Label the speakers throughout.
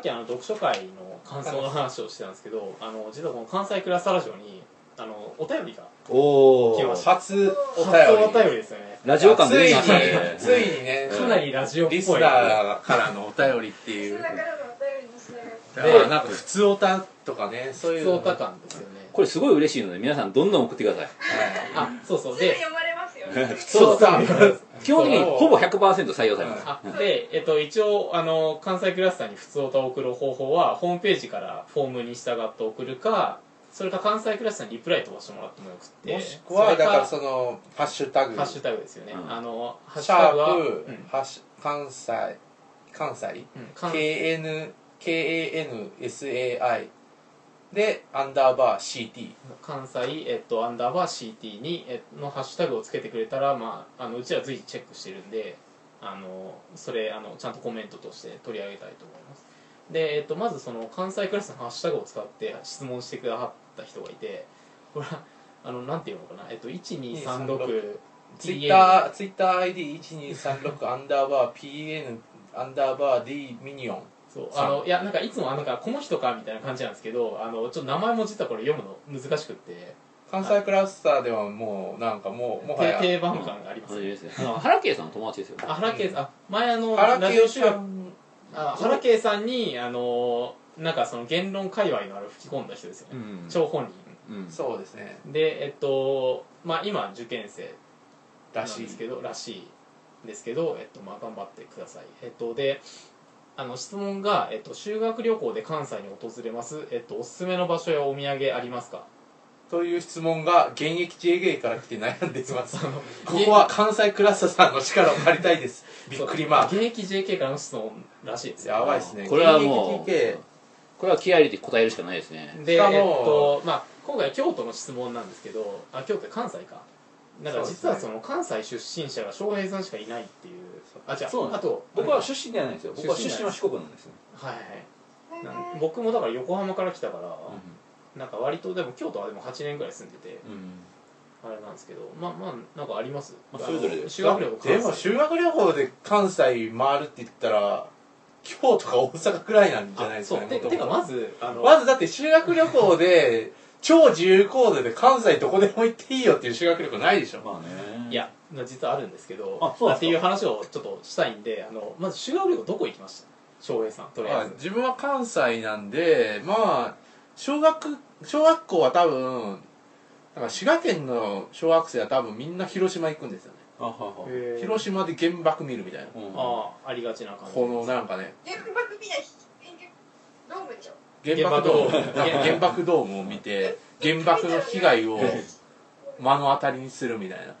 Speaker 1: きあの読書会の感想の話をしてたんですけどあの実はこの関西クラスタラジオにあのお便りが
Speaker 2: お
Speaker 1: 来ま
Speaker 2: お
Speaker 1: した
Speaker 3: 初お
Speaker 1: 初お
Speaker 3: 便り
Speaker 1: 便りですよね
Speaker 2: ラジオ感
Speaker 3: つ
Speaker 2: 出
Speaker 3: い
Speaker 2: て
Speaker 3: に
Speaker 2: きましたね
Speaker 3: ついにね
Speaker 1: かなりラジオっぽい
Speaker 3: リスナーからのお便りって
Speaker 4: リ
Speaker 3: い
Speaker 4: ス
Speaker 3: う
Speaker 4: ナーからのお便りですね。
Speaker 3: だからなんか普通おたとかねそういう
Speaker 1: 普
Speaker 3: の
Speaker 1: 通歌感ですよね
Speaker 2: これすごい嬉しいので皆さんどんどん送ってください
Speaker 1: あそうそう
Speaker 4: すぐ
Speaker 1: で
Speaker 4: 読まれますよ。ね
Speaker 3: 普通おた
Speaker 2: 基本的にほぼ100%採用されます
Speaker 1: あで、えっと、一応あの関西クラスターに普通歌を送る方法はホームページからフォームに従って送るかそれか関西クラスターにリプライ飛ばしてもらってもよくって
Speaker 3: もしくは
Speaker 1: それ
Speaker 3: だからそのハッシュタグ
Speaker 1: ハッシュタグですよね、
Speaker 2: うん
Speaker 1: あのハッシ
Speaker 3: シ
Speaker 1: ュタ
Speaker 3: ャ
Speaker 1: グは、うん
Speaker 3: ープハッシュ関西関西
Speaker 1: うん関
Speaker 3: KN KANSAI でアンダーバー CT
Speaker 1: 関西、えっと、アンダーバー CT にえのハッシュタグをつけてくれたら、まあ、あのうちは随時チェックしてるんであのそれあのちゃんとコメントとして取り上げたいと思いますで、えっと、まずその関西クラスのハッシュタグを使って質問してくださった人がいてこれはあのなんていうのかな、えっと、1236
Speaker 3: ツイッターツイッター ID1236 アンダーバー PN アンダーバー D ミニオン
Speaker 1: そうあのいやなんかいつもあなんかこの人かみたいな感じなんですけどあのちょっと名前も実はこれ読むの難しくって
Speaker 3: 関西クラスターではもうなんかもうもは
Speaker 1: 定
Speaker 3: や
Speaker 1: 定番感があります
Speaker 2: そう
Speaker 1: よ
Speaker 2: い
Speaker 1: ね、
Speaker 2: うですねあの原圭さんの友達ですよ
Speaker 1: あ原圭さんあ前あの
Speaker 3: 原
Speaker 1: ラジオ
Speaker 3: 清
Speaker 1: 収
Speaker 3: さ
Speaker 1: 録
Speaker 3: ん
Speaker 1: あ原圭さんにあのなんかその言論界隈のある吹き込んだ人ですよ
Speaker 2: う
Speaker 1: ね、
Speaker 2: ん
Speaker 1: 張本
Speaker 2: うん
Speaker 3: そうですね
Speaker 1: 人でえっとまあ今受験生な
Speaker 3: ら
Speaker 1: ん
Speaker 3: しい
Speaker 1: ですけどらしいですけどえっとまあ頑張ってくださいえっとであの質問が、えっと「修学旅行で関西に訪れます、えっと、おすすめの場所やお土産ありますか?
Speaker 3: という質問が現役 JA から来て悩んでいます」こ
Speaker 1: 家
Speaker 3: こは関西クラスターさんの力を借りたい ですびっくりマーク
Speaker 1: 現役 JK からの質問らしいですよ
Speaker 3: やばいですね
Speaker 2: これはもう
Speaker 3: 現役 JK
Speaker 2: これは気合い入れて答えるしかないですね
Speaker 1: で、え
Speaker 3: し
Speaker 1: っ
Speaker 3: かも
Speaker 1: とまあ、今回京都の質問なんですけどあ京都って関西かだから実はそ
Speaker 3: そうですね
Speaker 1: の関西出身者が翔平さんしかいないっていうあじゃ
Speaker 5: そう
Speaker 1: あ
Speaker 5: な
Speaker 1: あ
Speaker 5: ん
Speaker 1: と
Speaker 5: 僕は出身ではないんですよ僕は出身は四国なんですよ
Speaker 1: はいはいなん僕もだから横浜から来たから、なんか割とでも京都はでも8年ぐらい住んでてあれなんですけどまあまあなんかあります、
Speaker 5: まあそれぞれです
Speaker 1: 修学旅行
Speaker 3: でも修学旅行で関西回るって言ったら京都か大阪くらいなんじゃないですか
Speaker 1: そ
Speaker 3: ね
Speaker 1: うてて
Speaker 3: 元々
Speaker 1: かまずあの
Speaker 3: まずだって修学旅行で超自由行動で関西どこでも行っていいよっていう修学旅行ないでしょ
Speaker 5: まあね
Speaker 1: いや実はあるんですけど
Speaker 5: あそうなんですか
Speaker 1: っていう話をちょっとしたいんであのまず修学旅行どこ行きました翔平さんとりあ
Speaker 3: まあ
Speaker 1: えず、
Speaker 3: 自分は関西なんでまあ小学小学校は多分なんか滋賀県の小学生は多分みんな広島行くんですよね、
Speaker 5: あはは
Speaker 1: へー
Speaker 3: 広島で原爆見るみたいな
Speaker 5: うん
Speaker 1: ああありがちな感じ
Speaker 3: このなんかね
Speaker 4: 原爆みんな引きドームでしょ。
Speaker 3: 原爆ドー
Speaker 1: 原爆ドー
Speaker 3: ム
Speaker 1: ム
Speaker 3: なんか原爆ドームを見て原爆の被害を目の当たりにするみたいな
Speaker 1: あ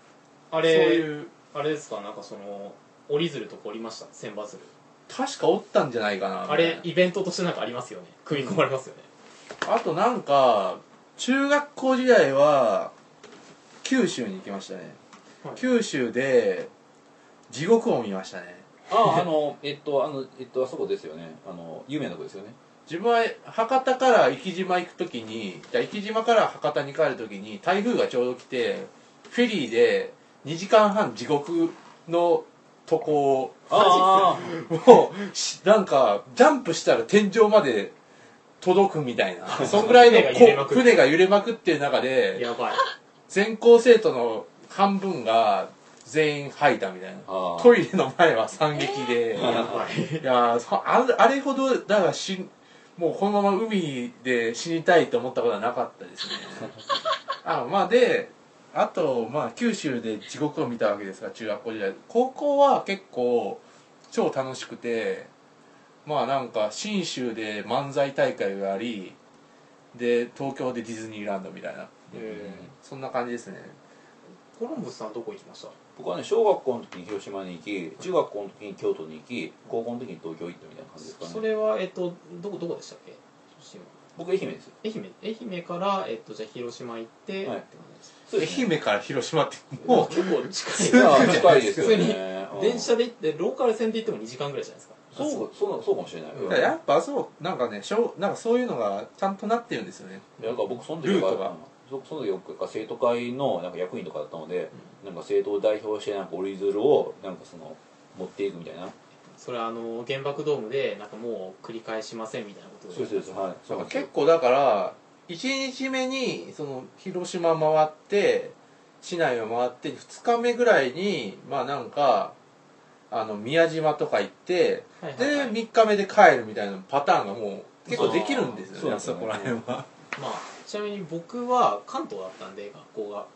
Speaker 3: そう
Speaker 1: れ
Speaker 3: いう
Speaker 1: あれですかなんかその折り鶴とか折りました千羽鶴
Speaker 3: 確かおったんじゃないかなみた
Speaker 1: あ
Speaker 3: いな
Speaker 1: れイベントとしてなんかありますよね食い込まれますよね、
Speaker 3: あとなんか中学校時代は九州に行きましたね、
Speaker 1: はい
Speaker 3: 九州で地獄を見ましたね
Speaker 5: ああのえっとあのえっとあそこですよねあの有名なとこですよね
Speaker 3: 自分は博多から生島行く時にじゃあ生島から博多に帰る時に台風がちょうど来てフェリーで2時間半地獄のとこ
Speaker 5: あ
Speaker 3: をもうしなんかジャンプしたら天井まで届くみたいなそんぐらいの
Speaker 1: 船が揺れまく
Speaker 3: こ
Speaker 1: る
Speaker 3: 船が揺れまくってる中で
Speaker 1: やばい
Speaker 3: 全校生徒の半分が全員吐いたみたいな
Speaker 5: あ
Speaker 3: トイレの前は惨劇で、
Speaker 1: やばい
Speaker 3: いやーそああれほどだからしんもうこのまま海で死にたいと思ったことはなかったですねあまあであと、まあ、九州で地獄を見たわけですが中学校時代高校は結構超楽しくてまあなんか信州で漫才大会がありで東京でディズニーランドみたいな
Speaker 1: え
Speaker 3: そんな感じですね
Speaker 1: ーコロンブスさんどこ行きました
Speaker 5: 僕はね小学校の時に広島に行き中学校の時に京都に行き高校の時に東京行ったみたいな感じですかね
Speaker 1: それはえっとどこどこでしたっけ出身は
Speaker 5: 僕愛媛ですよ
Speaker 1: 愛媛愛媛からえっとじゃあ広島行って、
Speaker 5: はい
Speaker 1: って感じです
Speaker 5: そうですね
Speaker 3: 愛媛から広島って
Speaker 1: も
Speaker 3: も
Speaker 1: う結構近い
Speaker 5: まあ近いですよ
Speaker 1: 普
Speaker 5: ねうん
Speaker 1: 電車で行ってローカル線で行っても2時間ぐらいじゃないですか
Speaker 5: そうそうそうかもしれない、
Speaker 3: う
Speaker 5: うん、
Speaker 3: やっぱそうなんかねしょうなんかそういうのがちゃんとなってるんですよね
Speaker 5: なんか僕その
Speaker 3: ル
Speaker 5: 時
Speaker 3: ートが
Speaker 5: はそその時僕が生徒会のなんか役員とかだったので、なんか生徒を代表してなんか折り鶴をなんかその持っていくみたいな
Speaker 1: それはあの原爆ドームでなんかもう繰り返しませんみたいなことを
Speaker 5: そうですそうですはいそうなんです
Speaker 3: 結構だから1日目にその広島回って市内を回って2日目ぐらいにまあなんかあの宮島とか行って
Speaker 1: はい
Speaker 3: で
Speaker 1: はいはい
Speaker 3: 3日目で帰るみたいなパターンがもう結構できるんですよね
Speaker 5: あーそう
Speaker 3: そこら辺は
Speaker 1: まあ、ちなみに僕は関東だったんで学校が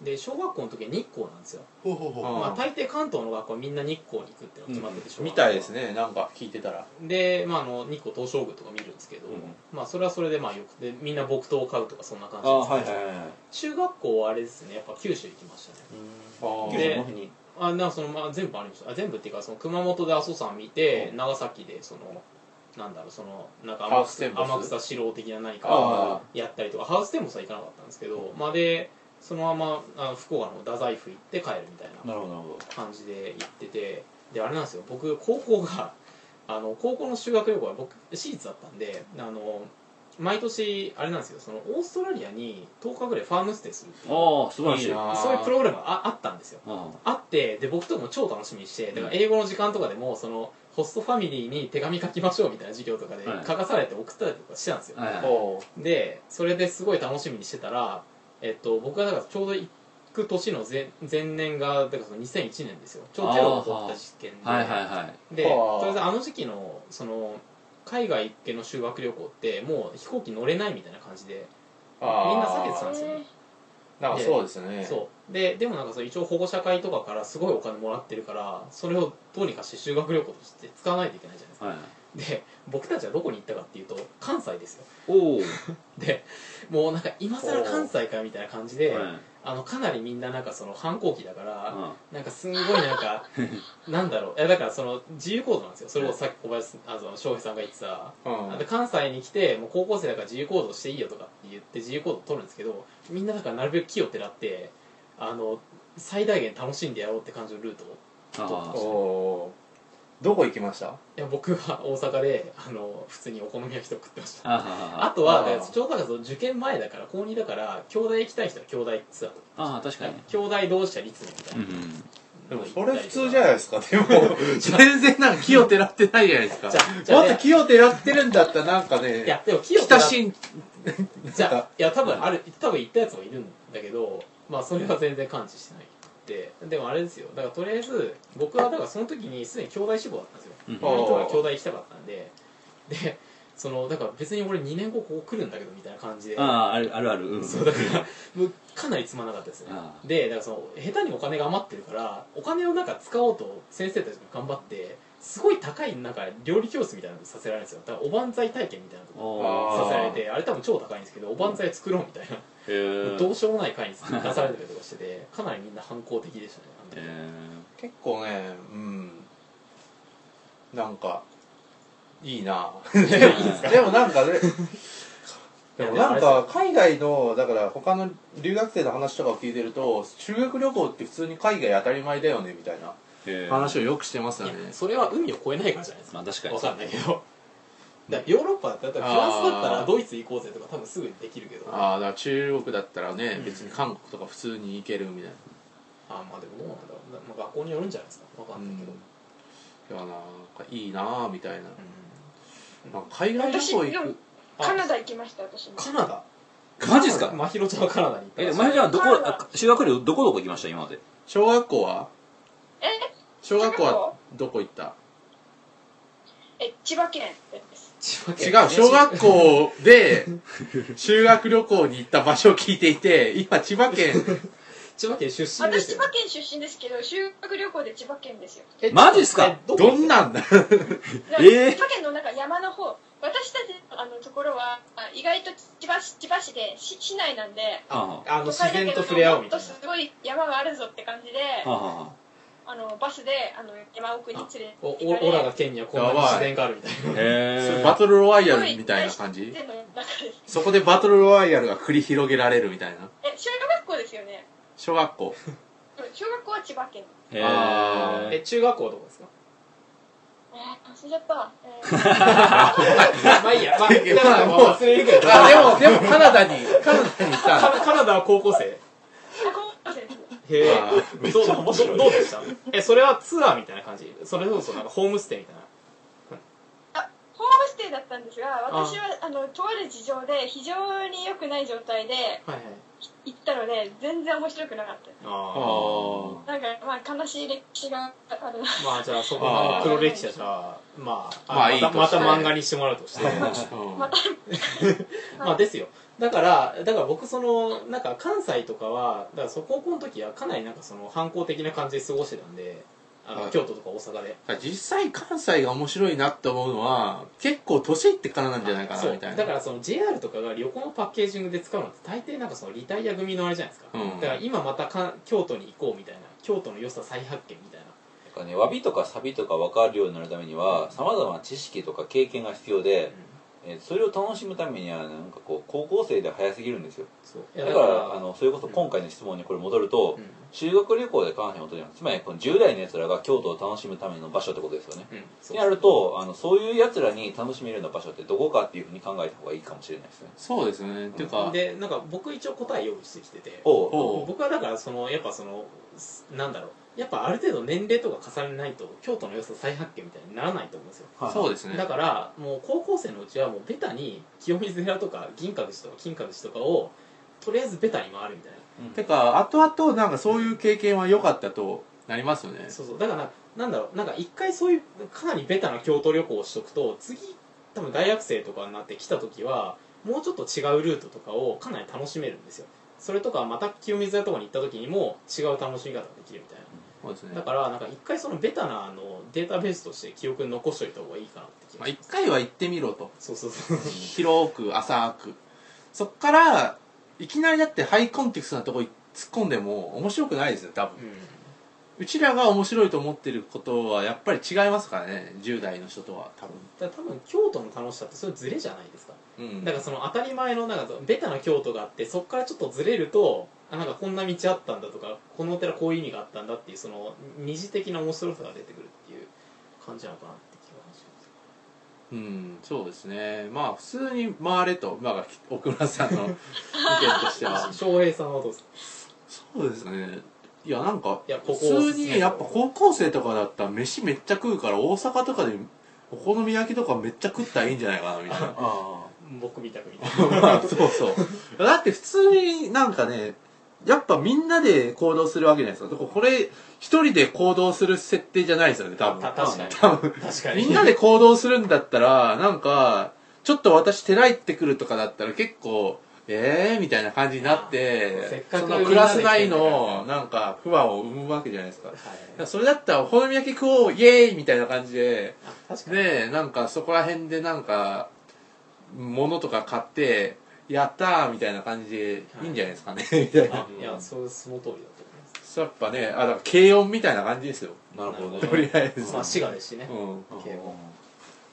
Speaker 1: で小学校の時は日光なんですよ、
Speaker 5: ほうほうほう
Speaker 3: うん
Speaker 1: まあ、大抵関東の学校はみんな日光に行くっていうのが決まっててしょうが
Speaker 3: み
Speaker 1: な
Speaker 3: たいですねなんか聞いてたら
Speaker 1: で、まあ、あの日光東照宮とか見るんですけど、
Speaker 5: うん
Speaker 1: まあ、それはそれでまあよくてみんな木刀を買うとかそんな感
Speaker 5: あ
Speaker 1: じですけ
Speaker 5: はい
Speaker 1: ど
Speaker 5: はいはい
Speaker 1: 中学校はあれですねやっぱ九州行きましたね
Speaker 3: あ
Speaker 5: 九
Speaker 3: ー
Speaker 5: 州
Speaker 1: で
Speaker 5: の日に
Speaker 1: あなんかその、まあ、全部ありましたあ全部っていうかその熊本で阿蘇山見て長崎でそのなんだろうそのなんか
Speaker 3: ハ
Speaker 1: 天
Speaker 3: ウステン
Speaker 1: 草
Speaker 3: ボス
Speaker 1: 天草四郎的な何か
Speaker 3: あ
Speaker 1: やったりとかハウステンボスは行かなかったんですけど、まあ、でそのままあの福岡の太宰府行って帰るみたいな
Speaker 5: なるほどなるほど
Speaker 1: 感じで行っててであれなんですよ僕高校が あの高校の修学旅行は僕私立だったんであの毎年あれなんですよそのオーストラリアに10日ぐらいファームステイするっていう
Speaker 2: ああ素晴ら
Speaker 3: い
Speaker 2: しい
Speaker 3: いな
Speaker 1: そういうプログラムがああったんですよ
Speaker 2: うん
Speaker 1: あってで僕とかも超楽しみにしてだから英語の時間とかでもそのホストファミリーに手紙書きましょうみたいな授業とかで
Speaker 2: はい
Speaker 1: 書かされて送ったりとかしてたんですよ、
Speaker 2: はいはい
Speaker 3: おー
Speaker 1: でそれですごい楽しみにしてたら、えっと、僕がだからちょうど行く年の前前年がだからその2001年ですよちょうどテロが起こった事件で、
Speaker 2: はいはいはい
Speaker 1: で
Speaker 3: はあ
Speaker 1: とりあえずあの時期のその海外系の修学旅行ってもう飛行機乗れないみたいな感じでみんな避けてたんですよね
Speaker 3: なんかそうですね
Speaker 1: そうででもなんかその一応保護者会とかからすごいお金もらってるからそれをどうにかして修学旅行として使わないといけないじゃない
Speaker 2: はいはい
Speaker 1: ですか で僕たちはどこに行ったかっていうと関西ですよ
Speaker 2: おお
Speaker 1: でもうなんか今更関西かみたいな感じで、あのかなりみんななんかその反抗期だから、なんかすんごいなん かなんだろういやだからその自由行動なんですよそれをさっき小林あの翔平さんが言ってた
Speaker 3: うん
Speaker 1: で関西に来てもう高校生だから自由行動していいよとかって言って自由行動取るんですけどみんなだからなるべく木をてらってあの最大限楽しんでやろうって感じのルートを
Speaker 2: ああ
Speaker 3: おーどこ行きました
Speaker 1: いや僕は大阪であの普通にお好み焼きとか食ってました
Speaker 2: あ
Speaker 1: あ
Speaker 2: あ
Speaker 1: とは
Speaker 3: あー
Speaker 1: だからちょうどだからその受験前だから高2だから兄弟行きたい人は兄弟ツアーとか
Speaker 2: ああ確かに
Speaker 1: 兄弟同士は立のみたい
Speaker 2: うんう
Speaker 1: なん
Speaker 3: でもそれ普通じゃ
Speaker 1: ん
Speaker 3: ないですかでも全然なんか木をてらってないじゃない ですか
Speaker 1: じゃじゃ
Speaker 3: も
Speaker 1: あ
Speaker 3: っと木をてらってるんだったらなんか
Speaker 1: いや
Speaker 3: ね
Speaker 1: でも清
Speaker 3: 親しん
Speaker 1: じゃあいや多分ある多分行ったやつもいるんだけどまあそれは全然感知してないででもあれですよだからとりあえず僕はだからその時にすでに兄弟志望だったんですよ
Speaker 2: うん
Speaker 3: あ
Speaker 1: 兄弟は兄弟行きたかったんででそのだから別に俺2年後ここ来るんだけどみたいな感じで
Speaker 2: あああるあるあるうん
Speaker 1: そうだからもうかなりつまんなかったですね
Speaker 2: ああ
Speaker 1: でだからその下手にお金が余ってるからお金をなんか使おうと先生たちが頑張ってすごい高いなんか料理教室みたいなのさせられるんですよだからおばんざい体験みたいなこと
Speaker 2: お
Speaker 3: あ
Speaker 2: お
Speaker 1: させられてあれ多分超高いんですけどおばんざい作ろうみたいな、
Speaker 2: へえ
Speaker 1: どうしようもない会に出されたりとかしててかなりみんな反抗的でしたねあの時
Speaker 2: え
Speaker 3: 結構ねうんなんかいいなでもなんかねでもなんか海外のだから他の留学生の話とかを聞いてると修学旅行って普通に海外当たり前だよねみたいな
Speaker 2: へえ
Speaker 3: 話をよくしてますよね
Speaker 1: いやそれは海を越えないからじゃないですか
Speaker 2: まあ確かに
Speaker 1: わかんないけどだからヨーロッパだったらフランスだった
Speaker 3: あ
Speaker 1: ら
Speaker 3: ー
Speaker 1: ドイツ行こうぜとか多分すぐにできるけどあ
Speaker 3: ああだから中国だったらね
Speaker 1: うん
Speaker 3: 別に韓国とか普通に行けるみたい
Speaker 1: あまあでもどうなんだろうな、まあ、学校によるんじゃないですかわ
Speaker 3: な
Speaker 1: かんないけど、
Speaker 3: いやなんかいいなあみたいな
Speaker 1: う
Speaker 3: なんか海外旅行
Speaker 4: 私で
Speaker 3: 行
Speaker 4: も
Speaker 3: く
Speaker 1: ん
Speaker 4: カナダ行きました私も
Speaker 1: カナダ
Speaker 2: マジっすか
Speaker 1: まひろちゃんはカナダに行った
Speaker 2: え
Speaker 1: らし
Speaker 2: で
Speaker 1: い
Speaker 2: もまゆちゃんはどこあ修学旅行どこどこ行きました今まで
Speaker 3: 小学校は
Speaker 4: え
Speaker 3: 小学校はどこ行った
Speaker 4: え千葉県です
Speaker 1: 千葉県
Speaker 3: 違う小学校 で修学旅行に行った場所を聞いていて今千葉県
Speaker 1: 千葉県出身で
Speaker 4: 私
Speaker 1: す
Speaker 4: 千
Speaker 1: よ
Speaker 4: 葉県出身ですけど修学旅行で千葉県ですよ
Speaker 1: え
Speaker 2: マジっすか
Speaker 1: えどこ
Speaker 3: どんなんだ
Speaker 4: な
Speaker 2: えー
Speaker 4: 千葉県の中山の方私たちのあのところはあ意外と千葉市千葉市で市市内なんで
Speaker 2: あ
Speaker 1: あの
Speaker 4: 都
Speaker 1: 自
Speaker 4: 会だけ
Speaker 1: 然
Speaker 4: ど
Speaker 1: と触れ合おうみたい
Speaker 4: もっ
Speaker 1: な
Speaker 4: とすごい山があるぞって感じで
Speaker 2: あはあはあ
Speaker 4: あのバスであの山奥に連れて
Speaker 1: お
Speaker 4: 行かれ
Speaker 1: オラが県にはこんなに自然があるみたいな
Speaker 3: そ
Speaker 2: へ
Speaker 3: れ
Speaker 2: え
Speaker 3: バトルロワイヤルみたいな感
Speaker 4: す
Speaker 3: じ
Speaker 4: ごい大自然の中です
Speaker 3: そこでバトルロワイヤルが繰り広げられるみたいな
Speaker 4: え小学校ですよね
Speaker 3: 小学校
Speaker 4: 小学校は千葉県
Speaker 2: へ
Speaker 3: あ
Speaker 1: え
Speaker 2: え
Speaker 1: 中学校はどこですか
Speaker 4: えー、忘れちゃった、え ー
Speaker 1: まあいいや、まあ、いやまあまあ忘れるけど
Speaker 3: あでもでもカナダにカナダに行った
Speaker 1: カカナダは高校生
Speaker 4: 高校生です
Speaker 1: へえ
Speaker 2: あ
Speaker 5: めっ
Speaker 1: どう
Speaker 5: ち
Speaker 1: ど
Speaker 5: ゃ面
Speaker 1: う
Speaker 5: 白い
Speaker 1: どうでしたえそれはツアーみたいな感じそれこそなんかホームステイみたいな
Speaker 4: ホームステイだったんですが私はあのとある事情で非常に良くない状態で
Speaker 1: はいはい
Speaker 4: 行ったので全然面白くなかった
Speaker 1: あ
Speaker 3: あ
Speaker 4: なんか、まあ、悲しい歴史があるな
Speaker 1: あまあじゃあそこの黒歴史はじゃあまあ
Speaker 3: まあ
Speaker 1: ま
Speaker 3: いい
Speaker 1: た
Speaker 3: と
Speaker 1: ま
Speaker 3: して
Speaker 1: た漫画にしてもらうとして
Speaker 3: あ、うん
Speaker 4: また
Speaker 1: まあですよだからだから僕そのなんか関西とかはだからそ高校の時はかなりなんかその反抗的な感じで過ごしてたんであの、
Speaker 3: はい
Speaker 1: 京都とか大阪で
Speaker 3: 実際関西が面白いなって思うのは結構年いってからなんじゃないか
Speaker 1: そ
Speaker 3: な
Speaker 1: う
Speaker 3: みたいな
Speaker 1: だからその JR とかが旅行のパッケージングで使うのって大抵なんかそのリタイア組のあれじゃないですか、
Speaker 3: うん
Speaker 1: だから今またか京都に行こうみたいな京都の良さ再発見みたいな
Speaker 5: なんかね、わびとかサビとか分かるようになるためにはさまざまな知識とか経験が必要で、えーそれを楽しむためにはなんかこう高校生で早すぎるんですよ
Speaker 1: そうい
Speaker 5: だ
Speaker 1: や
Speaker 5: からあのそれこそ今回の質問にこれ戻ると、
Speaker 1: うん
Speaker 5: 修学旅行で関西に戻るようなつまりこの10代のやつらが京都を楽しむための場所ってことですよね
Speaker 1: うん
Speaker 5: っ
Speaker 1: そ
Speaker 5: て
Speaker 1: う
Speaker 5: なるとあのそういうやつらに楽しめるような場所ってどこかっていうふうに考えた方がいいかもしれないですね
Speaker 3: そうですね、っていうか
Speaker 1: でなんか僕一応答え用意してきてて
Speaker 5: おう
Speaker 3: おう
Speaker 1: 僕はだからそのやっぱそのすなんだろうやっぱある程度年齢とか重ねないと京都の良さ再発見みたいにならないと思うんですよ、
Speaker 5: はい
Speaker 3: そうですね
Speaker 1: だからもう高校生のうちはもうベタに清水寺とか銀閣寺とか金閣寺とかをとりあえずベタに回るみたいな、
Speaker 5: うん
Speaker 3: てか後々なんかそういう経験は良かったとなりますよね
Speaker 1: そうそうだからなんだろうなんか一回そういうかなりベタな京都旅行をしとくと次多分大学生とかになって来た時はもうちょっと違うルートとかをかなり楽しめるんですよそれとかまた清水寺とかに行った時にも違う楽しみ方ができるみたいな
Speaker 3: そうですね
Speaker 1: だからなんか一回そのベタなあのデータベースとして記憶に残しておいた方がいいかなって気
Speaker 3: ま
Speaker 1: が
Speaker 3: あ、
Speaker 1: し
Speaker 3: 一回は行ってみろと
Speaker 1: ます、そうそうそう
Speaker 3: 広く浅くそっからいきなりだってハイコンテクストなとこに突っ込んでも面白くないですよ多分
Speaker 1: う
Speaker 3: うちらが面白いと思ってることはやっぱり違いますからね10代の人とは多分
Speaker 1: ん、だから多分京都の楽しさってそれズレじゃないですか
Speaker 3: うん
Speaker 1: だからその当たり前のなんかベタな京都があってそこからちょっとずれるとあなんかこんな道あったんだとかこのお寺こういう意味があったんだっていうその二次的な面白さが出てくるっていう感じなのかなって気がします
Speaker 3: うんそうですねまあ普通に回れと、まあ、奥村さんの意見としては
Speaker 1: 翔平さんはどうですか
Speaker 3: そうですねいやなんか
Speaker 1: いやここ
Speaker 3: 普通にやっぱ高校生とかだったら飯めっちゃ食うから大阪とかでお好み焼きとかめっちゃ食ったらいいんじゃないかなみた いな
Speaker 5: あ
Speaker 1: 僕みたくみたい
Speaker 3: まあそうそうだって普通になんかねやっぱみんなで行動するわけじゃないですかこれ一人で行動する設定じゃないですよね多分
Speaker 1: なた確かに
Speaker 3: 多分
Speaker 1: 確かに
Speaker 3: みんなで行動するんだったら、なんか、ちょっと私寺行ってくるとかだったら結構、えーみたいな感じになっ、
Speaker 1: せってかく
Speaker 3: そのクラス内
Speaker 1: みんなで行って
Speaker 3: の
Speaker 1: んだ
Speaker 3: なんか不安を生むわけじゃないですか。だか
Speaker 1: はい
Speaker 3: らそれだったらお好み焼き食おう、イエーイみたいな感じで、
Speaker 1: あ確かに
Speaker 3: で、なんかそこら辺でなんか、物とか買って、やったーみたいな感じでいいんじゃないですかね、みたいな。
Speaker 1: あいやそうその通りだと思います
Speaker 3: そう やっぱね、あ、だから軽音みたいな感じですよ。
Speaker 5: あなるほどね
Speaker 3: とりあえず。
Speaker 1: まあ滋賀ですしね、
Speaker 3: うん。
Speaker 1: 慶応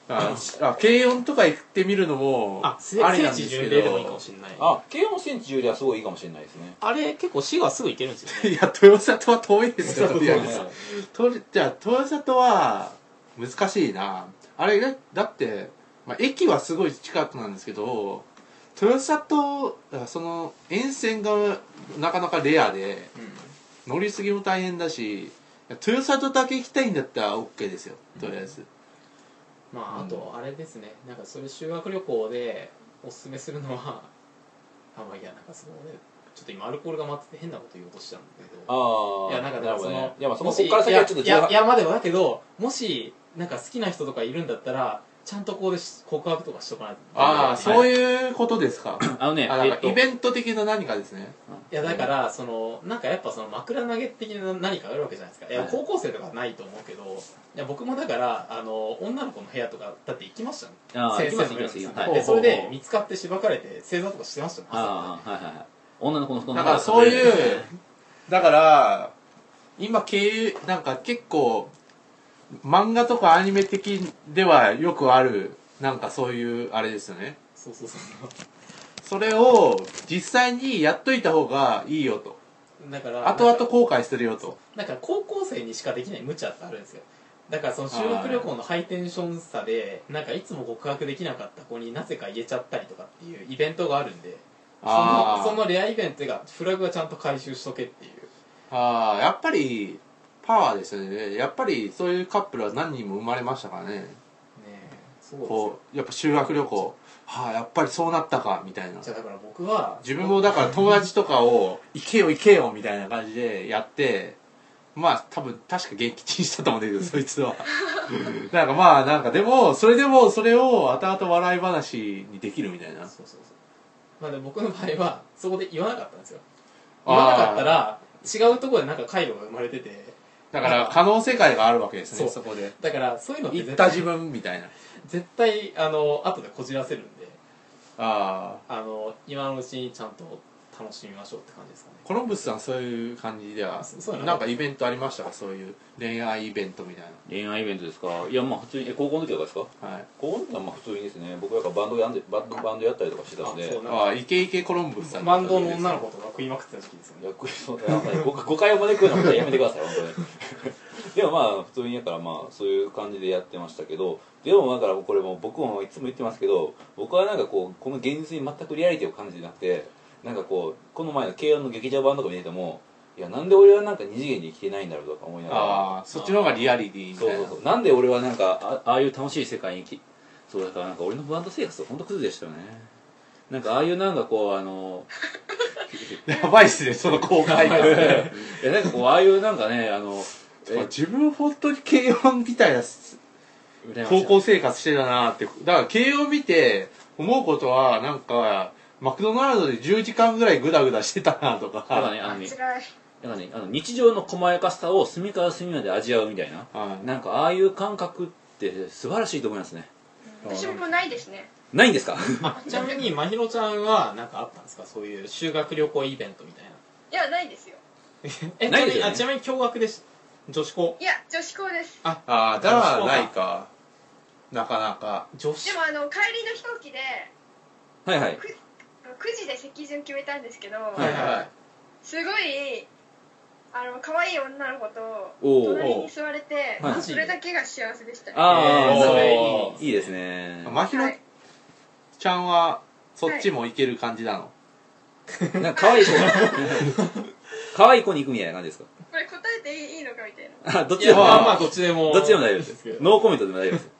Speaker 3: あ、あ軽音とか行ってみるのも
Speaker 1: あ聖
Speaker 3: り
Speaker 1: 聖
Speaker 3: なんで
Speaker 1: 地
Speaker 3: すけ
Speaker 1: 巡
Speaker 3: ど
Speaker 1: 礼でもいいかもしれないあ
Speaker 5: あ慶応戦地よりはすごいいいかもしれないですね
Speaker 1: れ結構滋賀すぐ行けるんですよ
Speaker 3: い
Speaker 1: ね
Speaker 3: や豊里は遠いですよ
Speaker 1: そう
Speaker 3: とりあえずとりじゃあ豊里は難しいなあれだだって、まあ、駅はすごい近くなんですけど豊里あその沿線がなかなかレアで乗り継ぎも大変だし豊里だけ行きたいんだったら OK ですよとりあえず、
Speaker 1: まあ
Speaker 3: うん
Speaker 1: あとあれですねなんかそういう修学旅行でおすすめするのは あまあいやなんかその俺ちょっと今アルコールが回ってて変なこと言おうとしたんだけど
Speaker 5: ああ
Speaker 1: いやなんかだ
Speaker 5: な
Speaker 1: からそ
Speaker 5: るほど
Speaker 1: の、
Speaker 5: ねいやまあそこ
Speaker 1: も
Speaker 5: こ
Speaker 1: し
Speaker 5: っから先はちょっと
Speaker 1: いやいやい
Speaker 5: 違う
Speaker 1: やまあでもだけどもしなんか好きな人とかいるんだったらちゃんとここでし告白とかしとかないと
Speaker 3: ああ
Speaker 1: は
Speaker 3: そういうことですか
Speaker 2: あのね、
Speaker 3: あなん
Speaker 2: え
Speaker 3: か
Speaker 2: っと
Speaker 3: イベント的な何かですね、
Speaker 1: いやだからそのなんかやっぱその枕投げ的な何かがあるわけじゃないですかいや
Speaker 2: はい
Speaker 1: 高校生とかはないと思うけどいや僕もだからあの女の子の部屋とかだって行きましたね
Speaker 2: あー行
Speaker 1: 先生の
Speaker 2: きます
Speaker 1: 部
Speaker 2: 行き
Speaker 1: 屋
Speaker 2: ま
Speaker 1: ですす
Speaker 2: 行
Speaker 1: よ
Speaker 2: きますはい
Speaker 3: ほう
Speaker 1: でそれで見つかってしばかれて正座とかしてましたね
Speaker 2: ああはいはいはい女の子のこの
Speaker 3: だからそういうだから今経由なんか結構漫画とかアニメ的ではよくあるなんかそういうあれですよね
Speaker 1: そうそうそう
Speaker 3: それを実際にやっといた方がいいよと
Speaker 1: だから
Speaker 3: 後々後悔するよと
Speaker 1: なんか高校生にしかできない無茶ってあるんですよだからその修学旅行のハイテンションさでなんかいつも告白できなかった子になぜか言えちゃったりとかっていうイベントがあるんでそ
Speaker 3: あ
Speaker 1: の
Speaker 3: ー
Speaker 1: そのレアイベントがフラグはちゃんと回収しとけっていう
Speaker 3: ああやっぱりパワーですよねやっぱりそういうカップルは何人も生まれましたからね
Speaker 1: ねそうですよ
Speaker 3: こうやっぱ修学旅行はあやっぱりそうなったかみたいな
Speaker 1: じゃあだから僕は
Speaker 3: 自分もだから友達とかを「行けよ行けよ」みたいな感じでやってまあ多分確か元気にしたと思 うんだけどそいつはなんかまあなんかでもそれでもそれを後々笑い話にできるみたいな
Speaker 1: そうそうそうなんで僕の場合はそこで言わなかったんですよ言わなかったら違うところでなんか回路が生まれてて
Speaker 3: だから可能世界があるわけです
Speaker 1: そ
Speaker 3: ね
Speaker 1: う
Speaker 3: そこで
Speaker 1: だからそういうのって
Speaker 3: 行
Speaker 1: 絶
Speaker 3: った
Speaker 1: 対
Speaker 3: 自分みたいな
Speaker 1: 絶対あの後でこじらせるんで
Speaker 3: ああ
Speaker 1: あの今のうちにちゃんと楽しみましょうって感じですかね
Speaker 3: コロンブスさんそういう感じでは
Speaker 1: そそうなの
Speaker 3: なんかイベントありましたかそういう恋愛イベントみたい
Speaker 2: 恋愛イベントですか
Speaker 5: いやまあ普通にえ高校の時とかですか
Speaker 3: なはい
Speaker 5: 高校の時はまあ普通にですね僕はやっぱバンドやんでバンドバンドやったりとかしてたんで
Speaker 1: あそうなん
Speaker 3: ああイケイケコロンブスさん
Speaker 1: バンドの女の子とか食いまくってた時期ですよ
Speaker 5: い
Speaker 1: ね
Speaker 5: や食いそうだな誤誤解を招くようなことはやめてください本当にでもまあ普通にやからまあそういう感じでやってましたけどでもだからこれも僕もいつも言ってますけど僕はなんかこうこの現実に全くリアリティを感じてなくてなんかこうこの前の慶応の劇場版とか見ててもいやなんで俺はなんか二次元に生きてないんだろうとか思いながら
Speaker 3: ああそっちの方がリアリティみた
Speaker 5: そう
Speaker 3: いな
Speaker 5: そうそうなんで俺はなんか
Speaker 2: あああいう楽しい世界にきそうだからなんか俺のバンド生活は本当クズでしたよねなんかああいうなんかこうあの
Speaker 3: やばいっすねその公開 感
Speaker 2: いやなんかこうああいうなんかねあの
Speaker 3: あ自分本当に軽音みたいな高校生活してたなってだから軽音見て思うことはなんかマクドナルドで10時間ぐらいグダグダしてたなと
Speaker 2: なんか
Speaker 3: か
Speaker 2: ねあのね
Speaker 4: 辛い
Speaker 2: なんかねあの日常の細やかさを隅から隅まで味わうみたいな
Speaker 3: はい
Speaker 2: なんかああいう感覚って素晴らしいと思いますね
Speaker 4: 私もないですね
Speaker 2: ないんですか
Speaker 1: あちなみにまひろちゃんはなんかあったんですかそういう修学旅行イベントみたいない
Speaker 4: やないですよ
Speaker 1: え
Speaker 2: ない
Speaker 1: ちなみに
Speaker 2: ですよ
Speaker 1: あ
Speaker 2: ね
Speaker 1: ちなみに共学でし女子校
Speaker 4: いや女子校です
Speaker 3: ああだからないかなかなか
Speaker 1: 女子
Speaker 4: でもあの帰りの飛行機で
Speaker 2: はいはい
Speaker 4: 9時で席順決めたんですけど、
Speaker 2: はい
Speaker 4: すごいあの可愛い女の子と
Speaker 2: おー
Speaker 4: 隣に座れて
Speaker 2: はい
Speaker 4: それだけが幸せでした、ね
Speaker 2: ああ、
Speaker 3: えー
Speaker 2: それ
Speaker 1: おー
Speaker 2: いいいいですね
Speaker 3: まひろ
Speaker 4: はい
Speaker 3: ちゃんはそっちもいける感じなの、
Speaker 2: なんか可愛い子 が可愛い子に行くみたいな感じですか
Speaker 4: これ答えていいいいのかみたいな
Speaker 2: あどっ
Speaker 1: い
Speaker 2: ちで
Speaker 1: や
Speaker 2: も
Speaker 1: まあまあどっちでも
Speaker 2: どっちでも大丈夫です
Speaker 1: けど
Speaker 2: ノーコメントでも大丈夫です